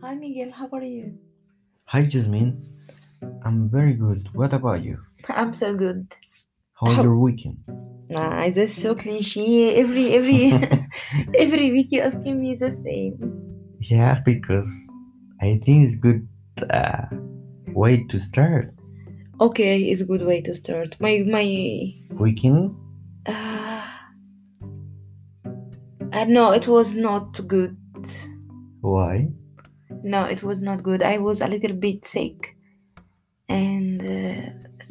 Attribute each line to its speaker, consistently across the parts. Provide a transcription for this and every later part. Speaker 1: Hi Miguel, how are you?
Speaker 2: Hi, Jasmine. I'm very good. What about you?
Speaker 1: I'm so good.
Speaker 2: How was your weekend?
Speaker 1: Nah, it's just so cliche. Every every every week you asking me the same.
Speaker 2: yeah, because I think it's good uh, way to start
Speaker 1: Okay, it's a good way to start. My my
Speaker 2: weekend.
Speaker 1: uh, uh no, it was not good.
Speaker 2: Why?
Speaker 1: No, it was not good. I was a little bit sick and uh,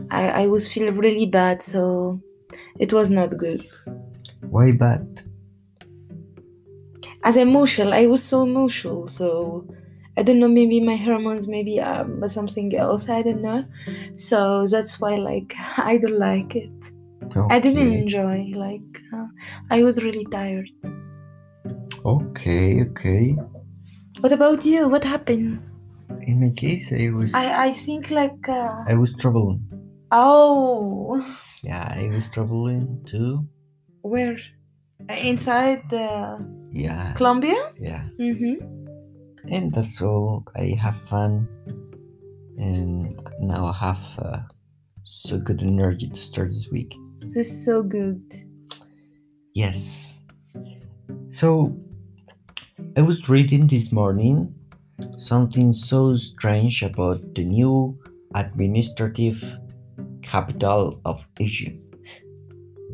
Speaker 1: I I was feeling really bad, so it was not good.
Speaker 2: Why bad?
Speaker 1: as emotional. I was so emotional. So I don't know. Maybe my hormones. Maybe um, something else. I don't know. So that's why, like, I don't like it. I didn't
Speaker 2: Okay.
Speaker 1: enjoy. Like, uh, I was really tired.
Speaker 2: Okay. Okay.
Speaker 1: What about you? What happened?
Speaker 2: In my case, I was
Speaker 1: I I think like uh,
Speaker 2: I was traveling.
Speaker 1: oh,
Speaker 2: Yeah, I was traveling too.
Speaker 1: where inside uh,
Speaker 2: Yeah.
Speaker 1: Colombia?
Speaker 2: Yeah.
Speaker 1: Mm-hmm.
Speaker 2: And that's all. I have fun, and now I have uh, so good energy to start this week.
Speaker 1: This is so good.
Speaker 2: Yes. So I was reading this morning something so strange about the new administrative capital of Egypt.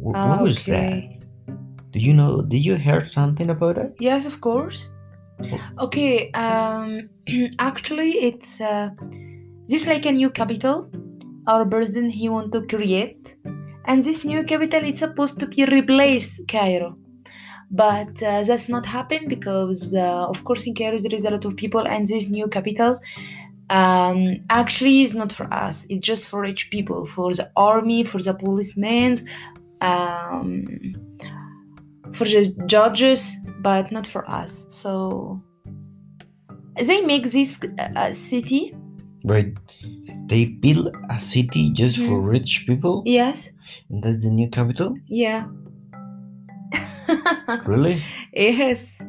Speaker 2: Wh-
Speaker 1: Ah,
Speaker 2: what was that?
Speaker 1: okay.
Speaker 2: Do you know? Did you hear something about it?
Speaker 1: Yes, of course. Okay. Um, actually, it's. Uh, this like a new capital our president he want to create and this new capital is supposed to be replace cairo but uh, that's not happened because uh, of course in cairo there is a lot of people and this new capital um, actually is not for us it's just for rich people for the army for the policemen um, for the judges but not for us so they make this uh, uh, city
Speaker 2: But they built a city just for
Speaker 1: Hmm.
Speaker 2: rich people,
Speaker 1: yes
Speaker 2: and that's the new capital.
Speaker 1: yeah
Speaker 2: Really?
Speaker 1: Yes.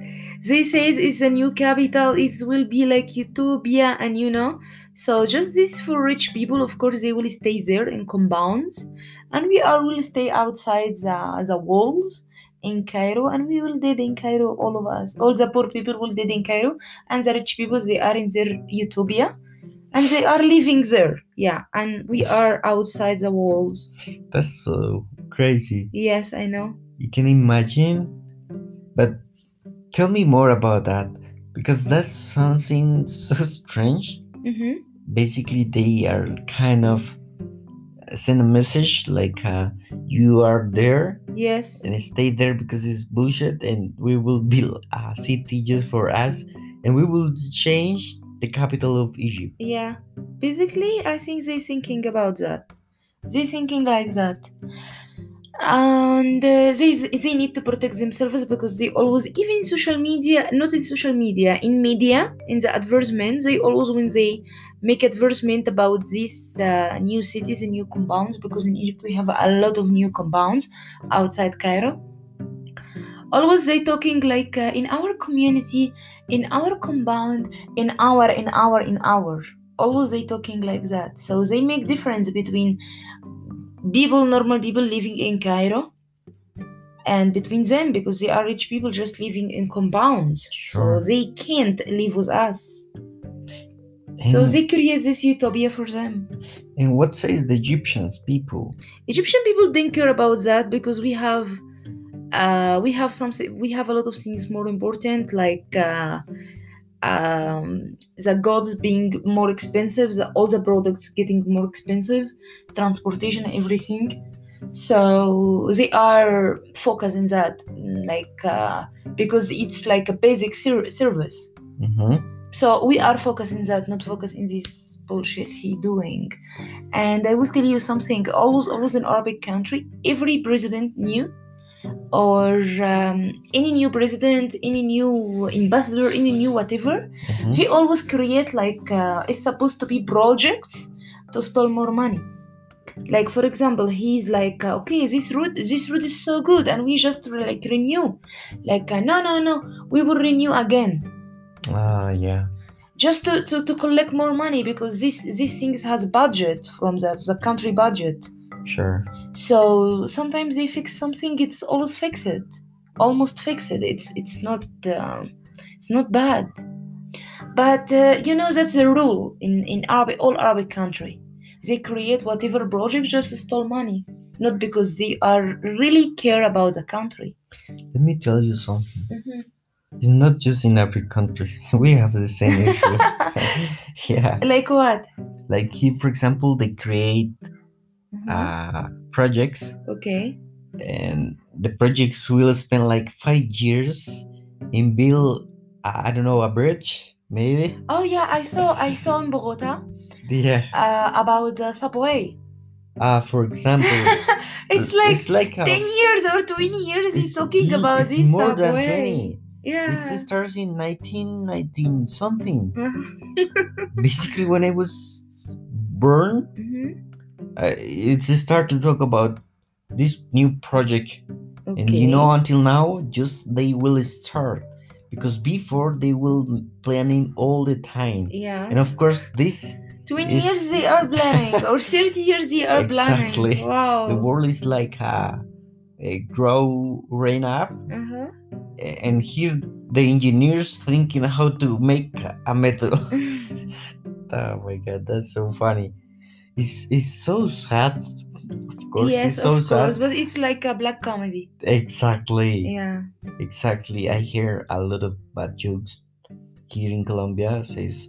Speaker 1: They says it's a new capital. It will be like utopia, and you know, so just this for rich people. Of course, they will stay there in compounds, and we all will stay outside the, the walls in Cairo, and we will dead in Cairo. All of us, all the poor people will dead in Cairo, and the rich people they are in their utopia, and they are living there. Yeah, and we are outside the walls.
Speaker 2: That's so crazy.
Speaker 1: Yes, I know.
Speaker 2: You can imagine. But tell me more about that because that's something so strange.
Speaker 1: Mm-hmm.
Speaker 2: basically they are kind of uh, send a message like uh, you are there
Speaker 1: Yes.
Speaker 2: and stay there because it's bullshit and we will build a city just for us and we will change the capital of egypt
Speaker 1: Yeah. Basically, I think they thinking about that. they thinking like that. And uh, they, they need to protect themselves because they always, even in social media, not in social media, in media, in the advertisement, they always, when they make advertisement about these uh, new cities and new compounds, because in Egypt we have a lot of new compounds outside Cairo always they talking like uh, in our community in our compound in our in our in our always they talking like that so they make difference between people normal people living in cairo and between them because they are rich people just living in compounds so
Speaker 2: sure
Speaker 1: they can't live with us so
Speaker 2: and
Speaker 1: they create this utopia for them
Speaker 2: and what says the egyptians people
Speaker 1: egyptian people didn't care about that because we have uh, we have some we have a lot of things more important like uh, um, the goods being more expensive, the, all the products getting more expensive, transportation, everything. So they are focusing that, like uh, because it's like a basic ser- service.
Speaker 2: mm-hmm.
Speaker 1: So we are focusing that, not focusing this bullshit he doing. And I will tell you something. Always, always in Arabic country, every president knew or um, any new president, any new ambassador, any new whatever,
Speaker 2: Mm-hmm.
Speaker 1: he always create like uh, it's supposed to be projects to steal more money. Like for example, he's like, uh, okay, this route, this route is so good, and we just re- like renew. Like uh, no, no, no, we will renew again.
Speaker 2: ah yeah
Speaker 1: just to, to, to collect more money because this these things has budget from the, the country budget
Speaker 2: Sure.
Speaker 1: so sometimes they fix something it's always fixed almost fixed it's it's not um, it's not bad but uh, you know that's the rule in in arabic all arabic country they create whatever project just to stole money not because they are really care about the country
Speaker 2: Let me tell you something. It's not just in every country. We have the same issue. yeah.
Speaker 1: like what
Speaker 2: Like here, for example, they create
Speaker 1: Mhm.
Speaker 2: uh, projects,
Speaker 1: okay
Speaker 2: and the projects will spend like five years in build. uh, I don't know a bridge, maybe.
Speaker 1: oh yeah i saw i saw in bogota
Speaker 2: Yeah.
Speaker 1: uh, about the subway
Speaker 2: Uh, for example,
Speaker 1: it's like
Speaker 2: it's like a-
Speaker 1: 10 years or 20 years he's
Speaker 2: it's-
Speaker 1: talking about
Speaker 2: it's
Speaker 1: this
Speaker 2: more than
Speaker 1: subway.
Speaker 2: 20.
Speaker 1: Yeah.
Speaker 2: This starts in 1919 something. Basically, when I was born,
Speaker 1: Mhm.
Speaker 2: uh, it's a start to talk about this new project and
Speaker 1: Okay.
Speaker 2: you know until now just they will start because before they will planning all the time
Speaker 1: yeah.
Speaker 2: and of course this
Speaker 1: 20
Speaker 2: is-
Speaker 1: years they are planning or 30 years they are
Speaker 2: Exactly.
Speaker 1: planning. Wow.
Speaker 2: the world is like a, a grow rain up
Speaker 1: Uh-huh.
Speaker 2: a- and here the engineers thinking how to make a metal oh my god that's so funny it's, it's so sad of course
Speaker 1: yes,
Speaker 2: it's so
Speaker 1: of course,
Speaker 2: sad
Speaker 1: but it's like a black comedy.
Speaker 2: exactly
Speaker 1: Yeah.
Speaker 2: Exactly. I hear a lot of bad jokes here in Colombia. Says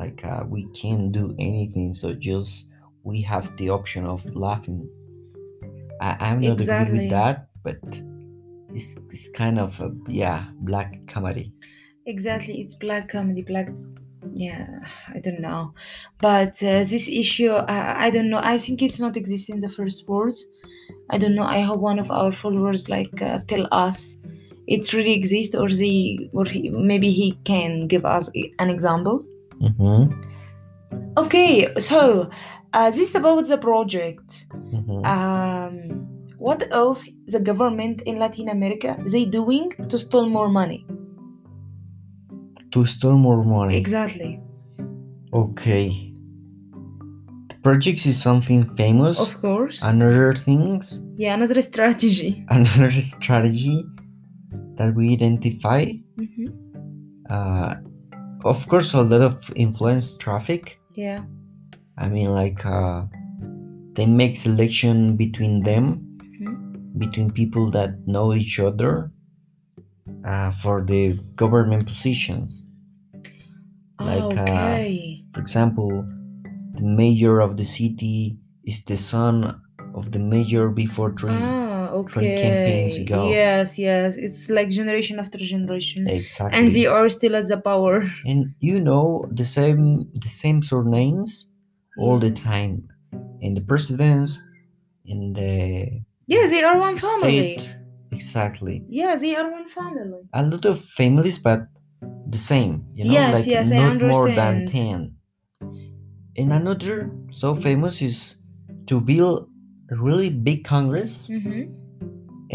Speaker 2: like uh, we can't do anything, so just we have the option of laughing. I, I'm not agree
Speaker 1: Exactly.
Speaker 2: with that, but it's, it's kind of a yeah black comedy.
Speaker 1: Exactly, it's black comedy, black. Yeah, I don't know, but uh, this issue, I, I don't know. I think it's not exist in the first world. I don't know. I hope one of our followers like uh, tell us it's really exist or they or he, maybe he can give us i- an example.
Speaker 2: Mm-hmm.
Speaker 1: Okay, so uh, this about the project.
Speaker 2: Mm-hmm.
Speaker 1: Um, what else the government in Latin America they doing to steal more money?
Speaker 2: to steal more money.
Speaker 1: Exactly,
Speaker 2: okay. The projects is something famous.
Speaker 1: of course.
Speaker 2: Another things,
Speaker 1: Yeah, another strategy.
Speaker 2: another strategy that we identify Mm-hmm.
Speaker 1: Mhm.
Speaker 2: uh, of course a lot of influence traffic
Speaker 1: Yeah.
Speaker 2: i mean like uh, they make selection between them
Speaker 1: Mm-hmm.
Speaker 2: between people that know each other uh, for the government positions Like, uh,
Speaker 1: Ah, okay.
Speaker 2: for example the mayor of the city is the son of the mayor before three
Speaker 1: ah,
Speaker 2: from
Speaker 1: okay.
Speaker 2: campaigns ago.
Speaker 1: Yes, yes. It's like generation after generation.
Speaker 2: exactly
Speaker 1: And they are still at the power.
Speaker 2: and you know the same the same surnames all the
Speaker 1: Yeah.
Speaker 2: time in the presidents in the
Speaker 1: Yeah, they are one family.
Speaker 2: state exactly
Speaker 1: Yeah, they are one family.
Speaker 2: a lot of families but the same you know
Speaker 1: Yes,
Speaker 2: like
Speaker 1: yes, I
Speaker 2: not more than
Speaker 1: understand.
Speaker 2: 10 and another so famous is to build a really big congress
Speaker 1: Mm-hmm.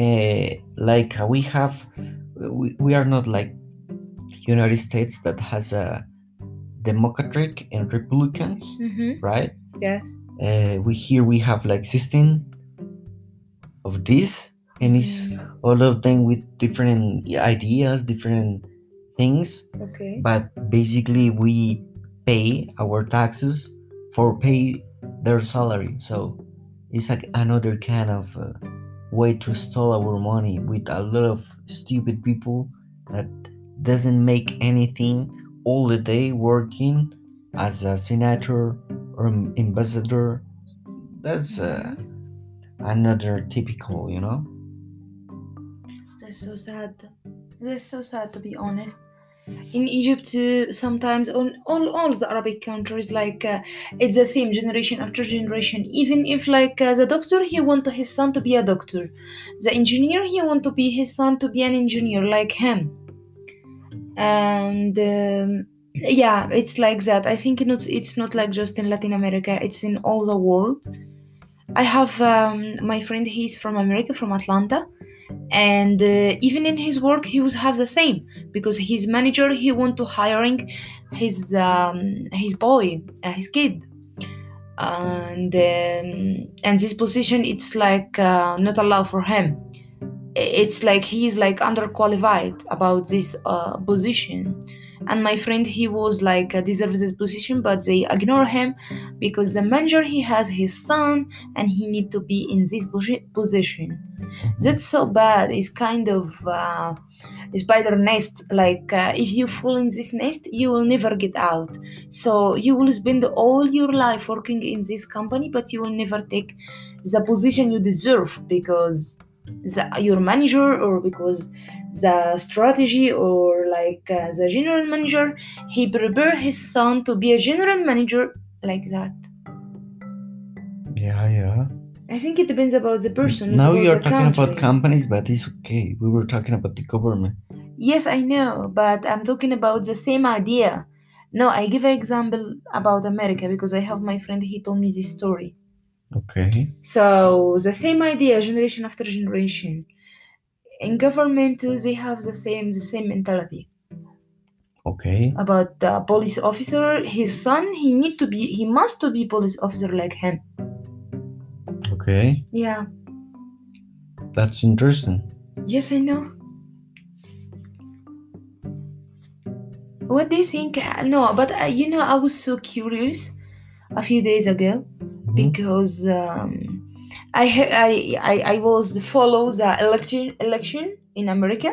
Speaker 2: uh, like uh, we have we, we are not like united states that has a democratic and republicans
Speaker 1: Mm-hmm.
Speaker 2: right
Speaker 1: Yes.
Speaker 2: uh, we here we have like 16 of this and it's
Speaker 1: Mm,
Speaker 2: all of them with different ideas different things
Speaker 1: Okay.
Speaker 2: but basically we pay our taxes for pay their salary so it's like another kind of uh, way to steal our money with a lot of stupid people that doesn't make anything all the day working as a senator or m- ambassador that's uh,
Speaker 1: Mhm.
Speaker 2: another typical you know
Speaker 1: That's so sad. That's so sad to be honest. in Egypt too, sometimes on all, all the Arabic countries like uh, it's the same generation after generation even if like uh, the doctor he want his son to be a doctor the engineer he want to be his son to be an engineer like him and um, yeah it's like that I think it's, it's not like just in Latin America it's in all the world I have um, my friend he's from America from Atlanta and uh, even in his work he was have the same because his manager he want to hiring his um, his boy uh, his kid and um, and this position it's like uh, not allowed for him it's like he's like underqualified about this uh, position and my friend he was like uh, deserves this position but they ignore him because the manager he has his son and he need to be in this posi- position that's so bad it's kind of uh, a spider nest like uh, if you fall in this nest you will never get out so you will spend all your life working in this company but you will never take the position you deserve because the, your manager or because the strategy or like uh, the general manager he prepare his son to be a general manager like that
Speaker 2: Yeah, yeah.
Speaker 1: i think it depends about the person
Speaker 2: now
Speaker 1: about
Speaker 2: you are
Speaker 1: the
Speaker 2: talking about
Speaker 1: country.
Speaker 2: companies, but it's okay. We were talking about the government.
Speaker 1: Yes, I know, but I'm talking about the same idea. No, I give an example about America because I have my friend, he told me this story.
Speaker 2: Okay.
Speaker 1: So, the same idea, generation after generation. In government, too, they have the same, the same mentality
Speaker 2: Okay.
Speaker 1: about the police officer. His son, he need to be, he must to be police officer like him.
Speaker 2: Okay.
Speaker 1: Yeah.
Speaker 2: That's interesting.
Speaker 1: Yes, I know. What do you think? No, but uh, you know, I was so curious a few days ago.
Speaker 2: Mhm.
Speaker 1: because um, I, ha- I I I was follow the election election in America,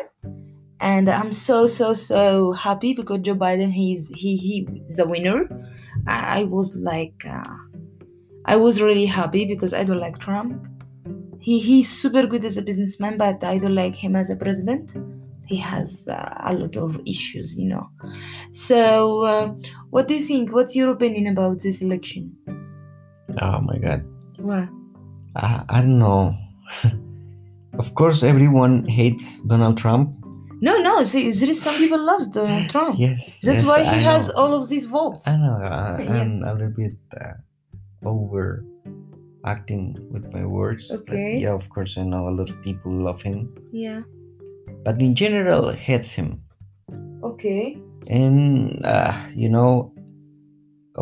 Speaker 1: and I'm so so so happy because Joe Biden he's he he the winner. I, I was like uh, I was really happy because I don't like Trump. He he's super good as a businessman, but I don't like him as a president. He has uh, a lot of issues, you know. So, uh, what do you think? What's your opinion about this election?
Speaker 2: Oh my god.
Speaker 1: What?
Speaker 2: I, I don't know. of course, everyone hates Donald Trump.
Speaker 1: No, no, see, there is some people loves Donald Trump.
Speaker 2: Yes.
Speaker 1: That's
Speaker 2: yes,
Speaker 1: why he
Speaker 2: I
Speaker 1: has
Speaker 2: know.
Speaker 1: all of these votes.
Speaker 2: I know. I,
Speaker 1: Yeah.
Speaker 2: I'm a little bit uh, over acting with my words. but
Speaker 1: Okay.
Speaker 2: yeah, of course, I know a lot of people love him,
Speaker 1: Yeah.
Speaker 2: but in general, hates him.
Speaker 1: Okay.
Speaker 2: and uh, you know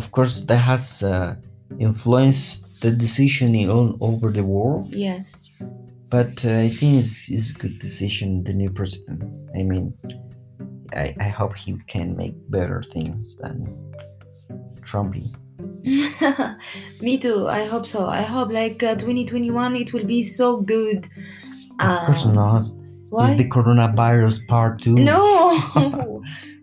Speaker 2: of course that has uh, influenced the decision in all over the world
Speaker 1: Yes.
Speaker 2: but uh, i think it's, it's a good decision the new president i mean I, I hope he can make better things than trumpy
Speaker 1: Me too. I hope so. I hope like uh, 2021 it will be so good. Uh,
Speaker 2: of course not
Speaker 1: Why?
Speaker 2: it's the coronavirus part too
Speaker 1: No.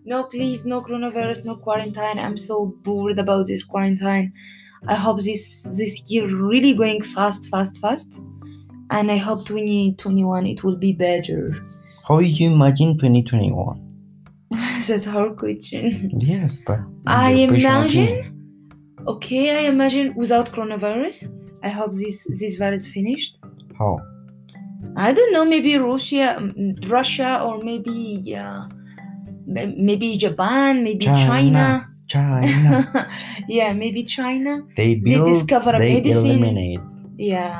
Speaker 1: no, please, no coronavirus, no quarantine. I'm so bored about this quarantine. I hope this this year really going fast, fast, fast. And I hope 2021 it will be better.
Speaker 2: how did you imagine 2021
Speaker 1: That's a hard question.
Speaker 2: yes but
Speaker 1: I
Speaker 2: the official
Speaker 1: imagine-
Speaker 2: thing.
Speaker 1: Okay, I imagine without coronavirus. I hope this this virus finished.
Speaker 2: how
Speaker 1: I don't know, maybe Russia, mm, Russia, or maybe uh, m- maybe Japan, maybe China.
Speaker 2: China. china
Speaker 1: yeah, maybe China.
Speaker 2: they
Speaker 1: They
Speaker 2: build
Speaker 1: discover a
Speaker 2: they
Speaker 1: medicine.
Speaker 2: eliminate
Speaker 1: Yeah,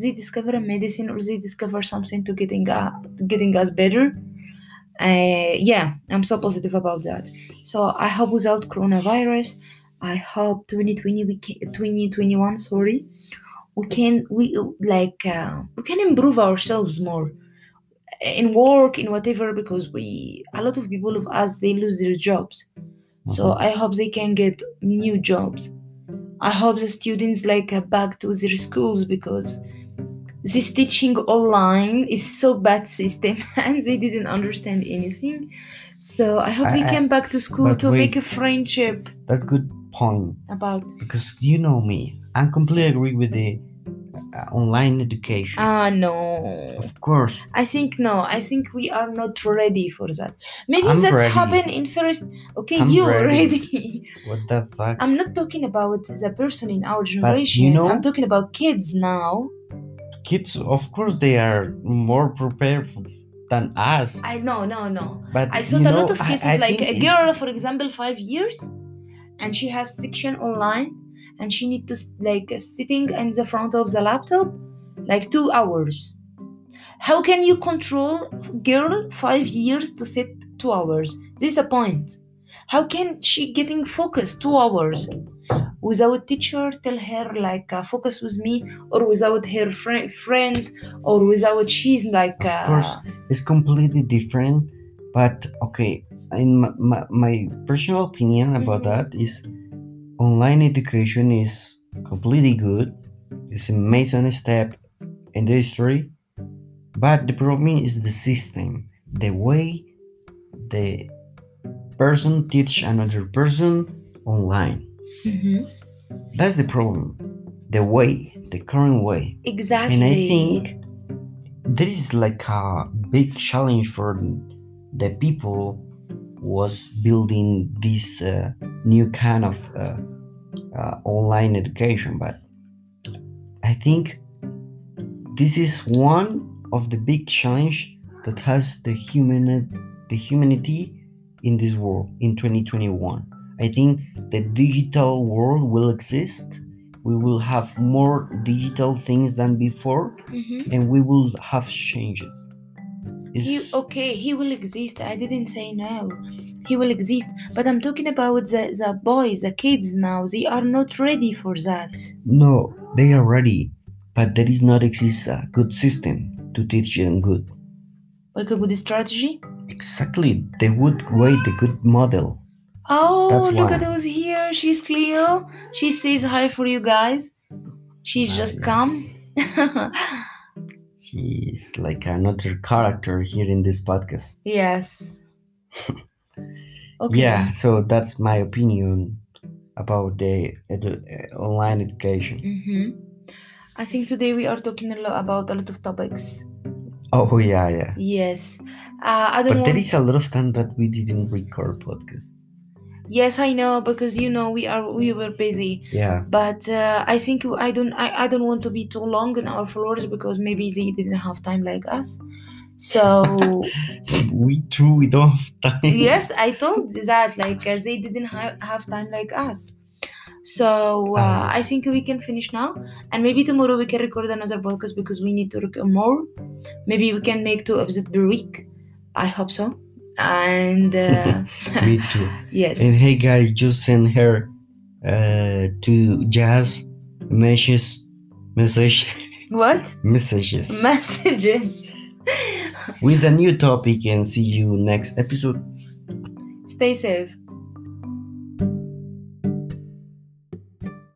Speaker 1: they discover a medicine or they discover something to getting uh, getting us better. Uh, yeah, I'm so positive about that. So I hope without coronavirus, I hope 2020 we can, 2021 sorry we can we uh, like uh, we can improve ourselves more in work in whatever because we a lot of people of us they lose their jobs so i hope they can get new jobs i hope the students like are back to their schools because this teaching online is so bad system and they didn't understand anything so i hope they
Speaker 2: I- I-
Speaker 1: can back to school
Speaker 2: but
Speaker 1: to
Speaker 2: wait.
Speaker 1: make a friendship
Speaker 2: that's good point
Speaker 1: about
Speaker 2: because you know me i completely agree with the uh, online education
Speaker 1: ah no
Speaker 2: of course
Speaker 1: I think no. I think we are not ready for that. Maybe
Speaker 2: I'm
Speaker 1: that's
Speaker 2: ready.
Speaker 1: happened in first. Okay,
Speaker 2: I'm
Speaker 1: you
Speaker 2: ready.
Speaker 1: already.
Speaker 2: what the fuck
Speaker 1: I'm not talking about the person in our generation.
Speaker 2: know-
Speaker 1: I'm talking about kids now.
Speaker 2: kids of course they are more prepared f- than us
Speaker 1: I no no no.
Speaker 2: but
Speaker 1: I saw
Speaker 2: you
Speaker 1: a
Speaker 2: know,
Speaker 1: lot of
Speaker 2: I-
Speaker 1: cases
Speaker 2: I
Speaker 1: like
Speaker 2: think
Speaker 1: a
Speaker 2: it-
Speaker 1: girl, for example, five years, and she has section online, and she need to s- like sitting in the front of the laptop, like two hours. How can you control girl five years to sit two hours? This is a point. How can she getting focused two hours without teacher tell her like uh, focus with me or without her fri- friends or without she's like uh,
Speaker 2: Of course. It's completely different, but okay. In my, my, my personal opinion about
Speaker 1: Mhm.
Speaker 2: that is online education is completely good. It's an amazing step in the history, but the problem is the system, the way the person teach another person online.
Speaker 1: Mhm.
Speaker 2: That's the problem. The way, the current way
Speaker 1: exactly
Speaker 2: and I think there is like a big challenge for the people was building this uh, new kind of uh, uh, online education but I think this is one of the big challenge that has the human the humanity in this world in 2021 I think the digital world will exist we will have more digital things than before
Speaker 1: Mhm.
Speaker 2: and we will have changes.
Speaker 1: He
Speaker 2: It's-
Speaker 1: okay, he will exist. I didn't say no. He will exist. But I'm talking about the, the boys, the kids now. They are not ready for that.
Speaker 2: No, they are ready, but there is not exist a good system to teach them good.
Speaker 1: Like a good strategy.
Speaker 2: Exactly, they would wait the good model.
Speaker 1: Oh
Speaker 2: That's
Speaker 1: look
Speaker 2: why.
Speaker 1: at who's here. She's Cleo. She says hi for you guys. She's
Speaker 2: Ah,
Speaker 1: just
Speaker 2: yeah.
Speaker 1: come.
Speaker 2: He is like another character here in this podcast.
Speaker 1: yes. Okay.
Speaker 2: Yeah, so that's my opinion about the edu- uh, online education.
Speaker 1: hmm I think today we are talking a lot about a lot of topics.
Speaker 2: Oh yeah, yeah.
Speaker 1: Yes. Uh, I don't
Speaker 2: But
Speaker 1: want
Speaker 2: there is a lot of time that we didn't record podcast.
Speaker 1: Yes, I know because you know we are we were busy,
Speaker 2: Yeah,
Speaker 1: but uh, I think I don't I, I don't want to be too long in our followers because maybe they didn't have time like us. So
Speaker 2: we too we don't have time.
Speaker 1: yes, I told that like uh, they didn't ha- have time like us. So uh,
Speaker 2: Ah.
Speaker 1: I think we can finish now, and maybe tomorrow we can record another podcast because we need to record more. Maybe we can make two episodes per week. I hope so. And uh,
Speaker 2: Me too.
Speaker 1: yes.
Speaker 2: And hey guys, just send her uh, to Jazz messages, message,
Speaker 1: What?
Speaker 2: messages
Speaker 1: messages.
Speaker 2: with a new topic, and see you next episode.
Speaker 1: Stay safe.